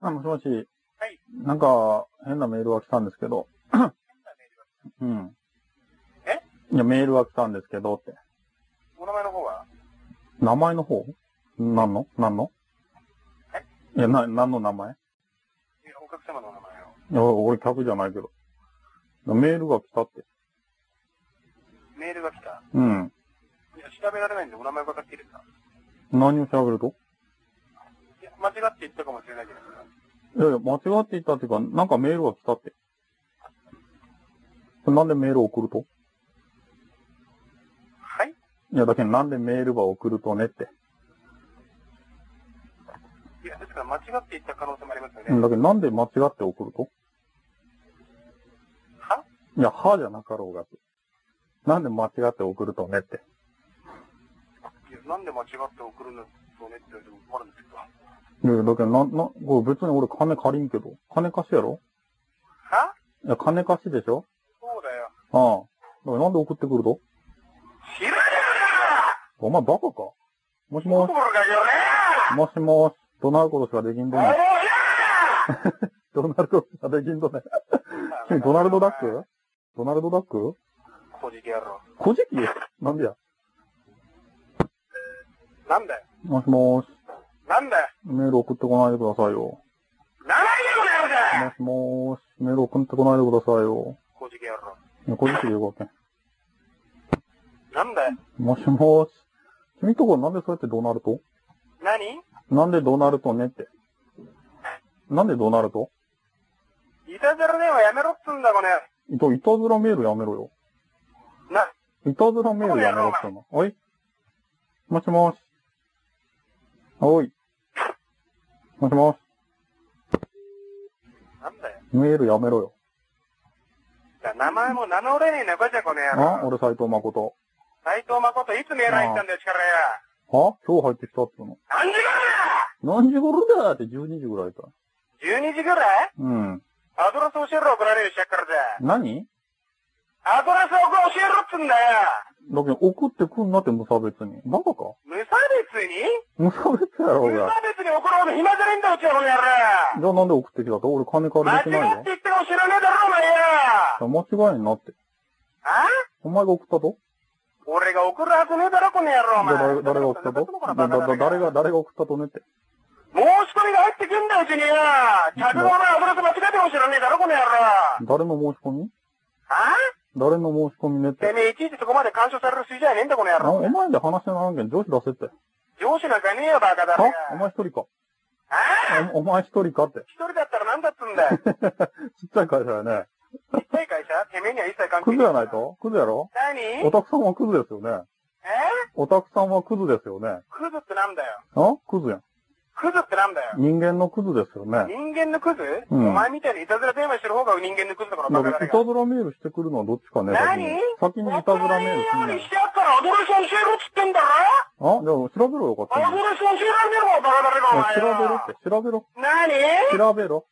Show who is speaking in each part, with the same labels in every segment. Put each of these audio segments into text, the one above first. Speaker 1: あ、もしもし。
Speaker 2: はい。
Speaker 1: なんか、変なメールが来たんですけど。うん。
Speaker 2: え
Speaker 1: いや、メールが来たんですけどって。
Speaker 2: お名前の方は
Speaker 1: 名前の方何の何の
Speaker 2: え
Speaker 1: いや、な、何の名前い
Speaker 2: えお客様のお名前を。
Speaker 1: や、俺客じゃないけど。メールが来たって。
Speaker 2: メールが来た。
Speaker 1: うん。
Speaker 2: いや、調べられないんでお名前伺っていいですか
Speaker 1: 何を調べると
Speaker 2: いや、間違って言ったかもしれないじゃないですか。
Speaker 1: いやいや、間違って言ったっていうか、なんかメールが来たって。なんでメールを送ると
Speaker 2: はい
Speaker 1: いや、だけどなんでメールば送るとねって。
Speaker 2: いや、ですから間違って言った可能性もありますよね。
Speaker 1: うんだけどなんで間違って送ると
Speaker 2: はい
Speaker 1: や、歯じゃなかろうがって。なんで間違って送るとねって。
Speaker 2: いや、なんで間違って送るのとねって言われても困るんですけど。はい
Speaker 1: や、だけど、な、な、これ別に俺金借りんけど。金貸しやろいや、金貸しでしょ
Speaker 2: そうだよ。
Speaker 1: ああ。だからなんで送ってくると
Speaker 2: 知らねえ
Speaker 1: お前バカかもしも
Speaker 2: 心がよね
Speaker 1: し、もしもし、どなることしかできんと
Speaker 2: お
Speaker 1: ね。
Speaker 2: や
Speaker 1: どなることしかできんとね。君ドナルドダックドナルドダック
Speaker 2: こじけ野郎。
Speaker 1: 古事記なんでや
Speaker 2: なんだよ。
Speaker 1: もしもし、
Speaker 2: なんだよ。
Speaker 1: メール送ってこないでくださいよ。
Speaker 2: ならいでこの野郎だよ
Speaker 1: もしもし、メール送ってこないでくださいよ。
Speaker 2: こじけ野郎。
Speaker 1: いや、古事記でよかったね
Speaker 2: なんだよ。
Speaker 1: もしもし、君とこなんでそうやってどうなると
Speaker 2: 何
Speaker 1: なんでどうなるとねって。なんでどうなると
Speaker 2: いたずら電話やめろっつんだ、これ。
Speaker 1: いた、いたずらメールやめろよ。
Speaker 2: な、
Speaker 1: いたずらメールやめろっての。おいもしもし。おい。もしも
Speaker 2: なんだよ。
Speaker 1: し。メールやめろよ。
Speaker 2: だ名前も名乗れねえのかじゃ、この野
Speaker 1: あ
Speaker 2: 郎。
Speaker 1: 俺斎藤誠。
Speaker 2: 斎藤誠、いつメール入ったんだよ、力や。
Speaker 1: は今日入ってきたっての。
Speaker 2: 何時
Speaker 1: 何時頃だって12時ぐらいだ。
Speaker 2: 頃だ ?12 時ぐらい
Speaker 1: うん。
Speaker 2: アドレス教えろ、送られるよ、しゃっからで。
Speaker 1: 何
Speaker 2: アドレスを教えろっつんだよ。
Speaker 1: だけど送ってくんなって無差別に。バカか
Speaker 2: 無差別に
Speaker 1: 無差別やろ
Speaker 2: 無
Speaker 1: うが。
Speaker 2: 差別に怒るほど暇じゃねえんだよ、うちはこの野
Speaker 1: じゃあなんで送ってきたと俺金借りれて
Speaker 2: 郎。
Speaker 1: ないよ
Speaker 2: 間違っ。て言ったかもしれねえだろ、お前よ。
Speaker 1: 間違いになって。
Speaker 2: あ
Speaker 1: お前が送ったと
Speaker 2: 俺が送るはずねえだろ、この野郎、お
Speaker 1: じゃ
Speaker 2: 前
Speaker 1: あ。誰誰が送ったとだだだ誰が、誰が送ったとねって。
Speaker 2: 申し込みが入ってくんだよ、うちによ。客の前アドレス間違っても知らねえだろ、この野郎。
Speaker 1: 誰の申し込み
Speaker 2: あ
Speaker 1: 誰の申し込みねってて。
Speaker 2: めえ、いちいちそこまで干渉される筋合いねえんだ、この野
Speaker 1: あお
Speaker 2: 郎。
Speaker 1: 前で話しならんけん、上司出せって。
Speaker 2: 上司なんかねえよ、バカだろ。
Speaker 1: はお前一人か。
Speaker 2: あ
Speaker 1: おお前一人かって。
Speaker 2: 一人だったらなんだっつう んだよ。ちっ
Speaker 1: ちっちゃい会社やね。
Speaker 2: ちゃい会社てめえには一切関係
Speaker 1: クズやない。とクズやろ
Speaker 2: 何
Speaker 1: オ
Speaker 2: え
Speaker 1: タクさんはクズですよね。オタクさんはクズですよね。
Speaker 2: クズってなんだよ。
Speaker 1: あクズやん。
Speaker 2: クズってなんだよ。
Speaker 1: 人間のクズですよね。
Speaker 2: 人間のクズ、
Speaker 1: うん
Speaker 2: お前みたいにいたずら電話してる方が人間のクズだから、
Speaker 1: だ
Speaker 2: バ
Speaker 1: か
Speaker 2: カ
Speaker 1: ら
Speaker 2: だ
Speaker 1: い
Speaker 2: ろ
Speaker 1: た。ずらメールしてくるのはどっちかね。
Speaker 2: 何
Speaker 1: 先に先にいたずらメールす
Speaker 2: 送ら
Speaker 1: ん
Speaker 2: ねえよう
Speaker 1: ねん
Speaker 2: にしてやったらアドレス教えろっつってんだろ
Speaker 1: あじゃあ調べろよかった
Speaker 2: ア
Speaker 1: な。
Speaker 2: ドレス教えられねえのか、バカだろ、お前
Speaker 1: 調
Speaker 2: よ。
Speaker 1: べろって、調べろ。
Speaker 2: 何
Speaker 1: 調べろ。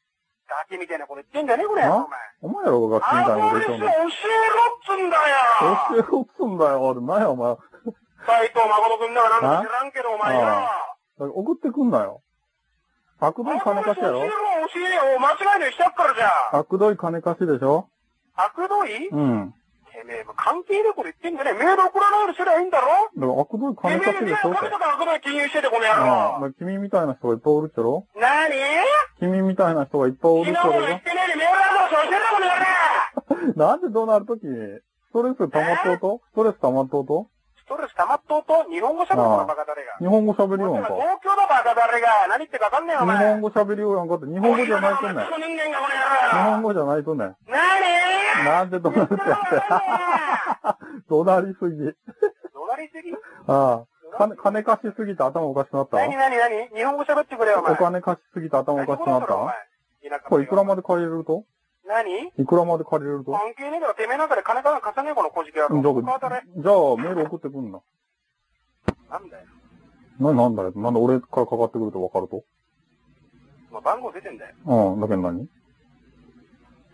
Speaker 2: ガキみたいなこと言ってんじゃねえこれ、
Speaker 1: あ
Speaker 2: お前。
Speaker 1: お前らが学習み
Speaker 2: ア
Speaker 1: たいなこ
Speaker 2: ド
Speaker 1: と言
Speaker 2: レス
Speaker 1: っ
Speaker 2: 教え
Speaker 1: てん
Speaker 2: ろ
Speaker 1: の。
Speaker 2: っつんだよ。
Speaker 1: 教えろっつんだよ。俺、なんや、お前。だか
Speaker 2: 斎藤誠君だからなんだか知らんけど、お前よ。
Speaker 1: あら送ってくんなよ。あくどい金貸しやろ
Speaker 2: 教えろ、教えよ。間違いのしちゃっからじゃん。
Speaker 1: あくどい金貸しでしょ
Speaker 2: あくどいて
Speaker 1: うん。
Speaker 2: めえ、もう関係ねえこと言ってんじゃねえ。メール送らないようにすりゃいいんだろ
Speaker 1: だから、あくどい
Speaker 2: てめ
Speaker 1: 金
Speaker 2: えの
Speaker 1: 貸し
Speaker 2: 手
Speaker 1: でし
Speaker 2: は
Speaker 1: ょって
Speaker 2: 神とかあくどい金融してて、この野
Speaker 1: ああだか
Speaker 2: 郎。
Speaker 1: ら君みたいな人がいっぱいおるっちゃろ
Speaker 2: 何
Speaker 1: 君みたいな人がいっぱいおるっ
Speaker 2: 昨日
Speaker 1: ちゃ
Speaker 2: も
Speaker 1: ろ
Speaker 2: 言ってねえでメールアドレス教えろ、この野郎。
Speaker 1: なんでどうなるとき、ストレス溜まっとうとストレス溜まっとうと
Speaker 2: ストレス溜まっとうと、日本語喋るのバカ誰が。
Speaker 1: 日本語喋るようやんか。
Speaker 2: 東京だバカ誰が。何言ってかわかんねえよ、お
Speaker 1: 日
Speaker 2: 前。
Speaker 1: 本語喋るようやんかって、日
Speaker 2: 日
Speaker 1: 本語じゃないとね。
Speaker 2: 人間がこ
Speaker 1: 日本
Speaker 2: の野郎。
Speaker 1: 語じゃないとね。
Speaker 2: 何
Speaker 1: なんでどうなるってやって。怒鳴りすぎ。
Speaker 2: 怒鳴りすぎ
Speaker 1: ああ。金、金貸しすぎて頭おかしくなった
Speaker 2: 何何何日本語喋ってくれよ、お前。
Speaker 1: お金貸しすぎて頭おかしくなった
Speaker 2: た
Speaker 1: これいくら
Speaker 2: も。
Speaker 1: まで借りれると
Speaker 2: 何
Speaker 1: いくらまで借りれると
Speaker 2: 関係ねえだろ、てめえなんかで金が貸さねえこの小じけ野
Speaker 1: うんじゃあ
Speaker 2: 郎。他当たれ。
Speaker 1: じゃあ、メール送ってくんな。
Speaker 2: なんだよ。
Speaker 1: な、なんだよ。なんで俺からかかってくるとわかると
Speaker 2: お前番号出てんだよ。
Speaker 1: うん、だけん何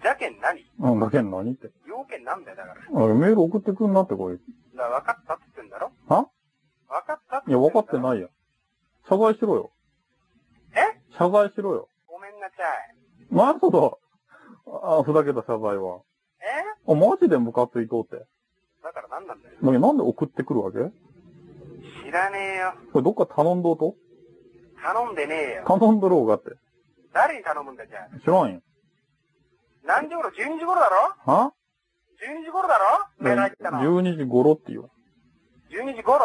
Speaker 2: じゃけん何
Speaker 1: うん、だけん何って。
Speaker 2: 要件なんだよ、だから。だか
Speaker 1: だけどメール送ってくんなってこれ。い
Speaker 2: ら分かったって言ってんだろ
Speaker 1: は
Speaker 2: 分かったって
Speaker 1: や、分かって
Speaker 2: い。
Speaker 1: ないや。謝罪しろよ。
Speaker 2: え
Speaker 1: 謝罪しろよ。
Speaker 2: ごめんなちさい。
Speaker 1: なんだろあ、ふざけた謝罪は。
Speaker 2: え
Speaker 1: あ、マジでムカついとうって。
Speaker 2: だから何なんだよ。
Speaker 1: だけどなんで送ってくるわけ
Speaker 2: 知らねえよ。
Speaker 1: これどっか頼んどうと
Speaker 2: 頼んでねえよ。
Speaker 1: 頼んどろうがって。
Speaker 2: 誰に頼むんだじゃあ。
Speaker 1: 知らんよ。
Speaker 2: 何時頃 ?12 時頃だろ
Speaker 1: は
Speaker 2: ?12 時頃だろメール入ったの。
Speaker 1: 12時頃って言うわ。
Speaker 2: 12時頃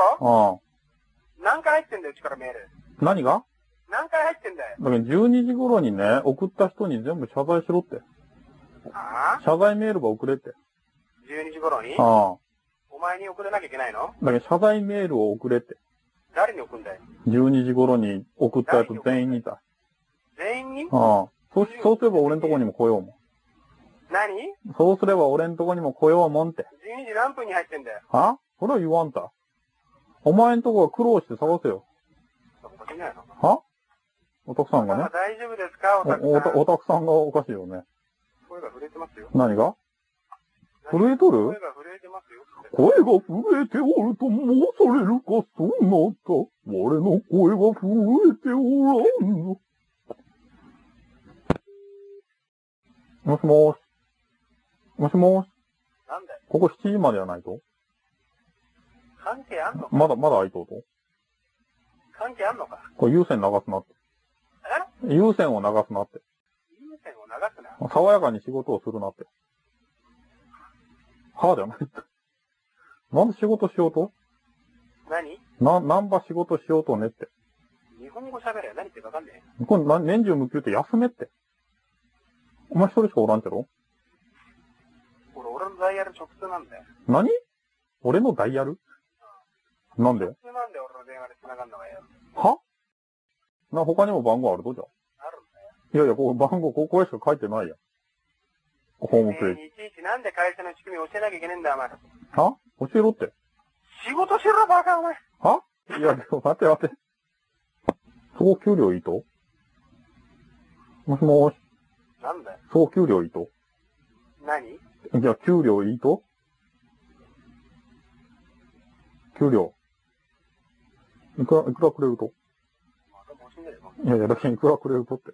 Speaker 1: あ
Speaker 2: 何回入ってんだよ、うちからメール。
Speaker 1: あ。何が
Speaker 2: 何回入ってんだよ。
Speaker 1: だけど12時頃にね、送った人に全部謝罪しろって。
Speaker 2: ああ
Speaker 1: 謝罪メールば送れって。
Speaker 2: ?12 時頃に
Speaker 1: あ
Speaker 2: お前に送らなきゃいけないの
Speaker 1: あ。だけど謝罪メールを送れって。
Speaker 2: 誰に送んだよ。
Speaker 1: 12時頃に送ったやつ全員にいた。
Speaker 2: 全員に
Speaker 1: ああ。そうし、そうすれば俺んとこにも来ようも
Speaker 2: 何
Speaker 1: ん。そうすれば俺んとこにも来ようもんって。
Speaker 2: ?12 時何分に入ってんだよ。
Speaker 1: はそれは言わんた。お前んとこは苦労して探せよ。
Speaker 2: そこできないの
Speaker 1: はおたくさんがね
Speaker 2: あ。大丈夫ですかおたくさん
Speaker 1: お、おた、おたくさんがおかしいよね。
Speaker 2: 声が震えてますよ。
Speaker 1: 何が震えと
Speaker 2: 声
Speaker 1: る
Speaker 2: が震えてますよ。
Speaker 1: 声が震えておると申されるか、そんなた。我の声が震えておらんの。もしもーし。もしもーし。
Speaker 2: なんだよ。
Speaker 1: ここ7時までやないと
Speaker 2: 関係あんのか
Speaker 1: まだ、まだ開いとうと
Speaker 2: 関係あんのか
Speaker 1: これ優先流すなって。
Speaker 2: え
Speaker 1: 優先を流すなって。
Speaker 2: 優先を流すな。
Speaker 1: 爽やかに仕事をするなって。はぁじゃない。なんで仕事しようと
Speaker 2: 何
Speaker 1: な、なんば仕事しようとねって。
Speaker 2: 日本語喋れよ。何言ってるかわかんねえ。
Speaker 1: これな年中無休って休めって。お前一人しかおらんじゃろ
Speaker 2: 俺、俺のダイヤル直通なんだよ。
Speaker 1: 何俺のダイヤルなんで
Speaker 2: 直通なんで俺の電話で繋がんのがよ。
Speaker 1: はな、他にも番号あるぞじゃあ
Speaker 2: あるんだ
Speaker 1: いや
Speaker 2: よ。
Speaker 1: いや、ここ番号、ここへしか書いてないやん。ホームページ。
Speaker 2: ねえいちいちなんで会社の仕組み教えなきゃいけねえんだよ、お前。
Speaker 1: は教えろって。
Speaker 2: 仕事しろ、バカ、お前。
Speaker 1: はいや、でも待て待て。そこ給料いいともしもーし、
Speaker 2: なんだよ。
Speaker 1: そこ給料いいと
Speaker 2: 何
Speaker 1: じゃあ給料いいと給料。いくら、いくらくれると
Speaker 2: また申しんでるよ
Speaker 1: いやいや、だけどいくらくれるとって。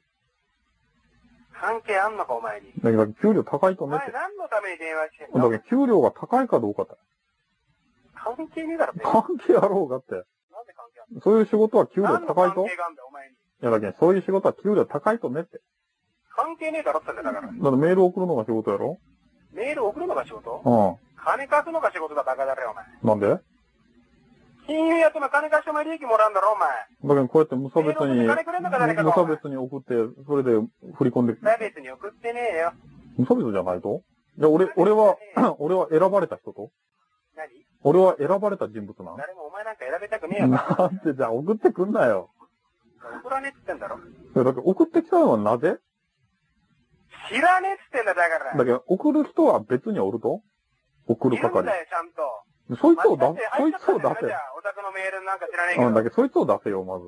Speaker 2: 関係あんのか、お前に。
Speaker 1: だけど給料高いと
Speaker 2: お
Speaker 1: ねっ
Speaker 2: 前
Speaker 1: て。
Speaker 2: 何のために電話してん
Speaker 1: だ
Speaker 2: の
Speaker 1: けど給料が高いかどうかって。
Speaker 2: 関係ねえだろ、電話。
Speaker 1: 関係あろうがって。
Speaker 2: なんで関係あんの
Speaker 1: そういう仕事は給料
Speaker 2: 何の
Speaker 1: 高いと
Speaker 2: 関
Speaker 1: い
Speaker 2: 係があんだよ、お前に。
Speaker 1: や、だけどそういう仕事は給料高いとねって。
Speaker 2: 関係ねえだろってんだよだか
Speaker 1: だ
Speaker 2: ら。
Speaker 1: ってメール送るのが仕事やろ
Speaker 2: メール送るのが仕事
Speaker 1: う
Speaker 2: 金貸すのが仕事だ、バカだろよ、お前。
Speaker 1: ん。なんでだ
Speaker 2: 金融やっても金貸してお前利益もらうんだろ、お前。
Speaker 1: けどこうやって無差別に
Speaker 2: メール送って金くれんのか誰かが
Speaker 1: 無差別に送って、それで振り込んで、
Speaker 2: 差別に送ってねえよ。
Speaker 1: 無差別じゃないとじゃあ俺、俺は、 俺は選ばれた人と
Speaker 2: 何
Speaker 1: 俺は選ばれた人物なん
Speaker 2: 誰もお前なんか選べたくねえよ。
Speaker 1: なんでじゃあ送ってくんなよ。
Speaker 2: 送らねえって言ってんだろ。
Speaker 1: いやだけど送ってきたのはなぜ
Speaker 2: 知らねえって言ってんだ、だか
Speaker 1: だ
Speaker 2: ら。
Speaker 1: けど送る人は別におると送る
Speaker 2: いるん
Speaker 1: 係。
Speaker 2: だよ、ちゃんと。
Speaker 1: そいつを出
Speaker 2: 間違って
Speaker 1: せ、そ
Speaker 2: 入っ
Speaker 1: い
Speaker 2: ちゃっ
Speaker 1: つ
Speaker 2: た
Speaker 1: を
Speaker 2: んだよ
Speaker 1: 出
Speaker 2: じゃあ、お宅のメールなんか知らねえ
Speaker 1: せ。
Speaker 2: け
Speaker 1: うん、
Speaker 2: ど。
Speaker 1: だけどそいつを出せよ、まず。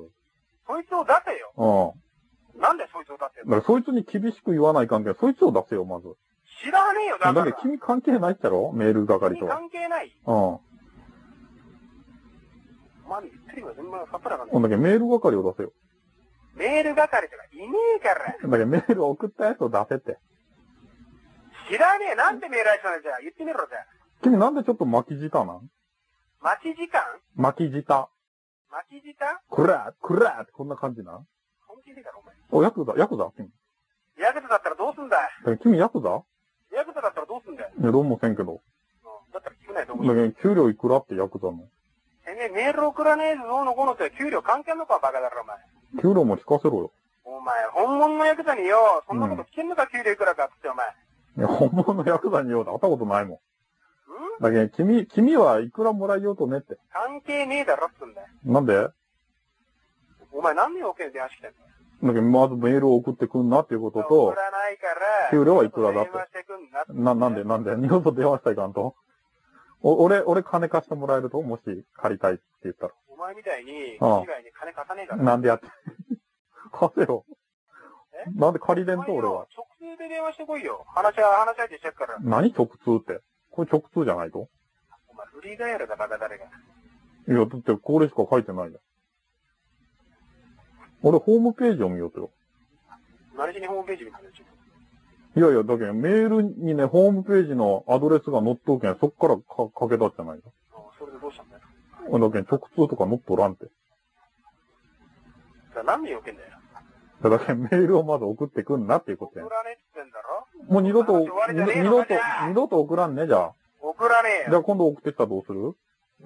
Speaker 2: そいつを出せよ。
Speaker 1: う
Speaker 2: なんでそいつを出せ
Speaker 1: ん。だ
Speaker 2: よ。
Speaker 1: からそいつに厳しく言わない関係どそいつを出せよ、まず。
Speaker 2: 知らねえよ、
Speaker 1: だ
Speaker 2: だ
Speaker 1: け
Speaker 2: か
Speaker 1: ど
Speaker 2: ら。
Speaker 1: 君関係ないっちゃろメール係
Speaker 2: 君
Speaker 1: とは。
Speaker 2: 関係ない。
Speaker 1: う。
Speaker 2: お前の言ってること全然さっぱりわかんなんい。
Speaker 1: だけどメール係を出せよ。
Speaker 2: メール係とかいねえから。
Speaker 1: だけどメールを送ったやつを出せって。
Speaker 2: 知らねえ。なんでメール入ってたんだじゃあ。言ってみろ、じゃあ。
Speaker 1: 君なんでちょっと巻き舌なん
Speaker 2: 待ち時間
Speaker 1: 巻き舌。
Speaker 2: 待ち時間
Speaker 1: くらー、くらーってこんな感じなん
Speaker 2: 本気でだろ、お
Speaker 1: お、
Speaker 2: 前。
Speaker 1: ヤクザ、ヤクザ君。
Speaker 2: ヤクザだったらどうすんだ
Speaker 1: だけど君ヤクザ
Speaker 2: ヤクザだったらどうすんだよ。
Speaker 1: いや、どうもせんけど。
Speaker 2: うんだったら聞くない
Speaker 1: だ
Speaker 2: と思
Speaker 1: け
Speaker 2: う。
Speaker 1: ど給料いくらってヤクザの。
Speaker 2: てめえメール送らねえぞ、どうのこうのって給料関係あんのか、バカだろ、お前。
Speaker 1: 給料も聞かせろよ。
Speaker 2: お前、本物のヤクザによ、そんなこと聞けんのか、給料いくらかっつって、お前。
Speaker 1: いや、本物のヤクザにようと会ったことないも
Speaker 2: うん
Speaker 1: ん。だけど君、君はいくらもらいようとねって。
Speaker 2: 関係ねえだろっつうんだよ。
Speaker 1: なんでだ
Speaker 2: お前何の要件で電話してきたんだよ。
Speaker 1: けどまずメールを送ってくんなっていうこと
Speaker 2: 送
Speaker 1: と、
Speaker 2: らないから、
Speaker 1: 給料はいくらだって
Speaker 2: 電話してくんなって
Speaker 1: な、なんで、なんで、二度と電話したらいかんと。お、俺、俺金貸してもらえるともし借りたいって言った
Speaker 2: お前みたいに、以
Speaker 1: ああ。
Speaker 2: 外に金貸さねえからら。
Speaker 1: なんでやって。貸せよ
Speaker 2: え。
Speaker 1: なんで借りれん
Speaker 2: お
Speaker 1: と
Speaker 2: 前
Speaker 1: 俺は
Speaker 2: よ。直通で電話してこいよ。話し合い、話し合いってしてっから。
Speaker 1: 何直通って。これ直通じゃないと
Speaker 2: お前、フリーダイヤルだ、バカ誰が。
Speaker 1: いや、だってこれしか書いてないじゃん。俺ホームページを見ようとよ。
Speaker 2: 何しにホームページ見たんですよ。
Speaker 1: いやいや、だけどメールにね、ホームページのアドレスが載っとうけん、そっからかかけたじゃないか。
Speaker 2: ああそれでどうしたんだよ。
Speaker 1: だけん直通とか載っとらんて。
Speaker 2: じゃあ何人受けんだよ。
Speaker 1: だけんメールをまず送ってくんなっていうこと
Speaker 2: 送
Speaker 1: やん。
Speaker 2: らねえって言ってんだろ
Speaker 1: もう二度と、
Speaker 2: 終わりじゃねえ
Speaker 1: 二
Speaker 2: の
Speaker 1: 度
Speaker 2: か
Speaker 1: と
Speaker 2: じゃあ、
Speaker 1: 二度と送らんね、じゃあ。
Speaker 2: 送らねえ
Speaker 1: じゃ
Speaker 2: よ。
Speaker 1: あ今度送ってきたらどうする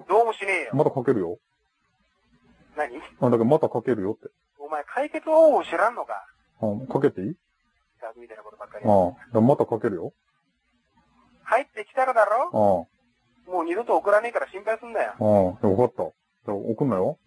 Speaker 2: どうもしねえよ。
Speaker 1: またかけるよ。
Speaker 2: 何
Speaker 1: あだけどまたかけるよって。
Speaker 2: お前解決方法知らんのか
Speaker 1: うん、かけていい
Speaker 2: だみたいなことばっかり
Speaker 1: あ。あ。だからまたかけるよ。
Speaker 2: 入ってきたらだろ
Speaker 1: ああ。
Speaker 2: もう二度と送らねえから心配すんなよ。
Speaker 1: ああ、よかった。じゃあ、送んなよ。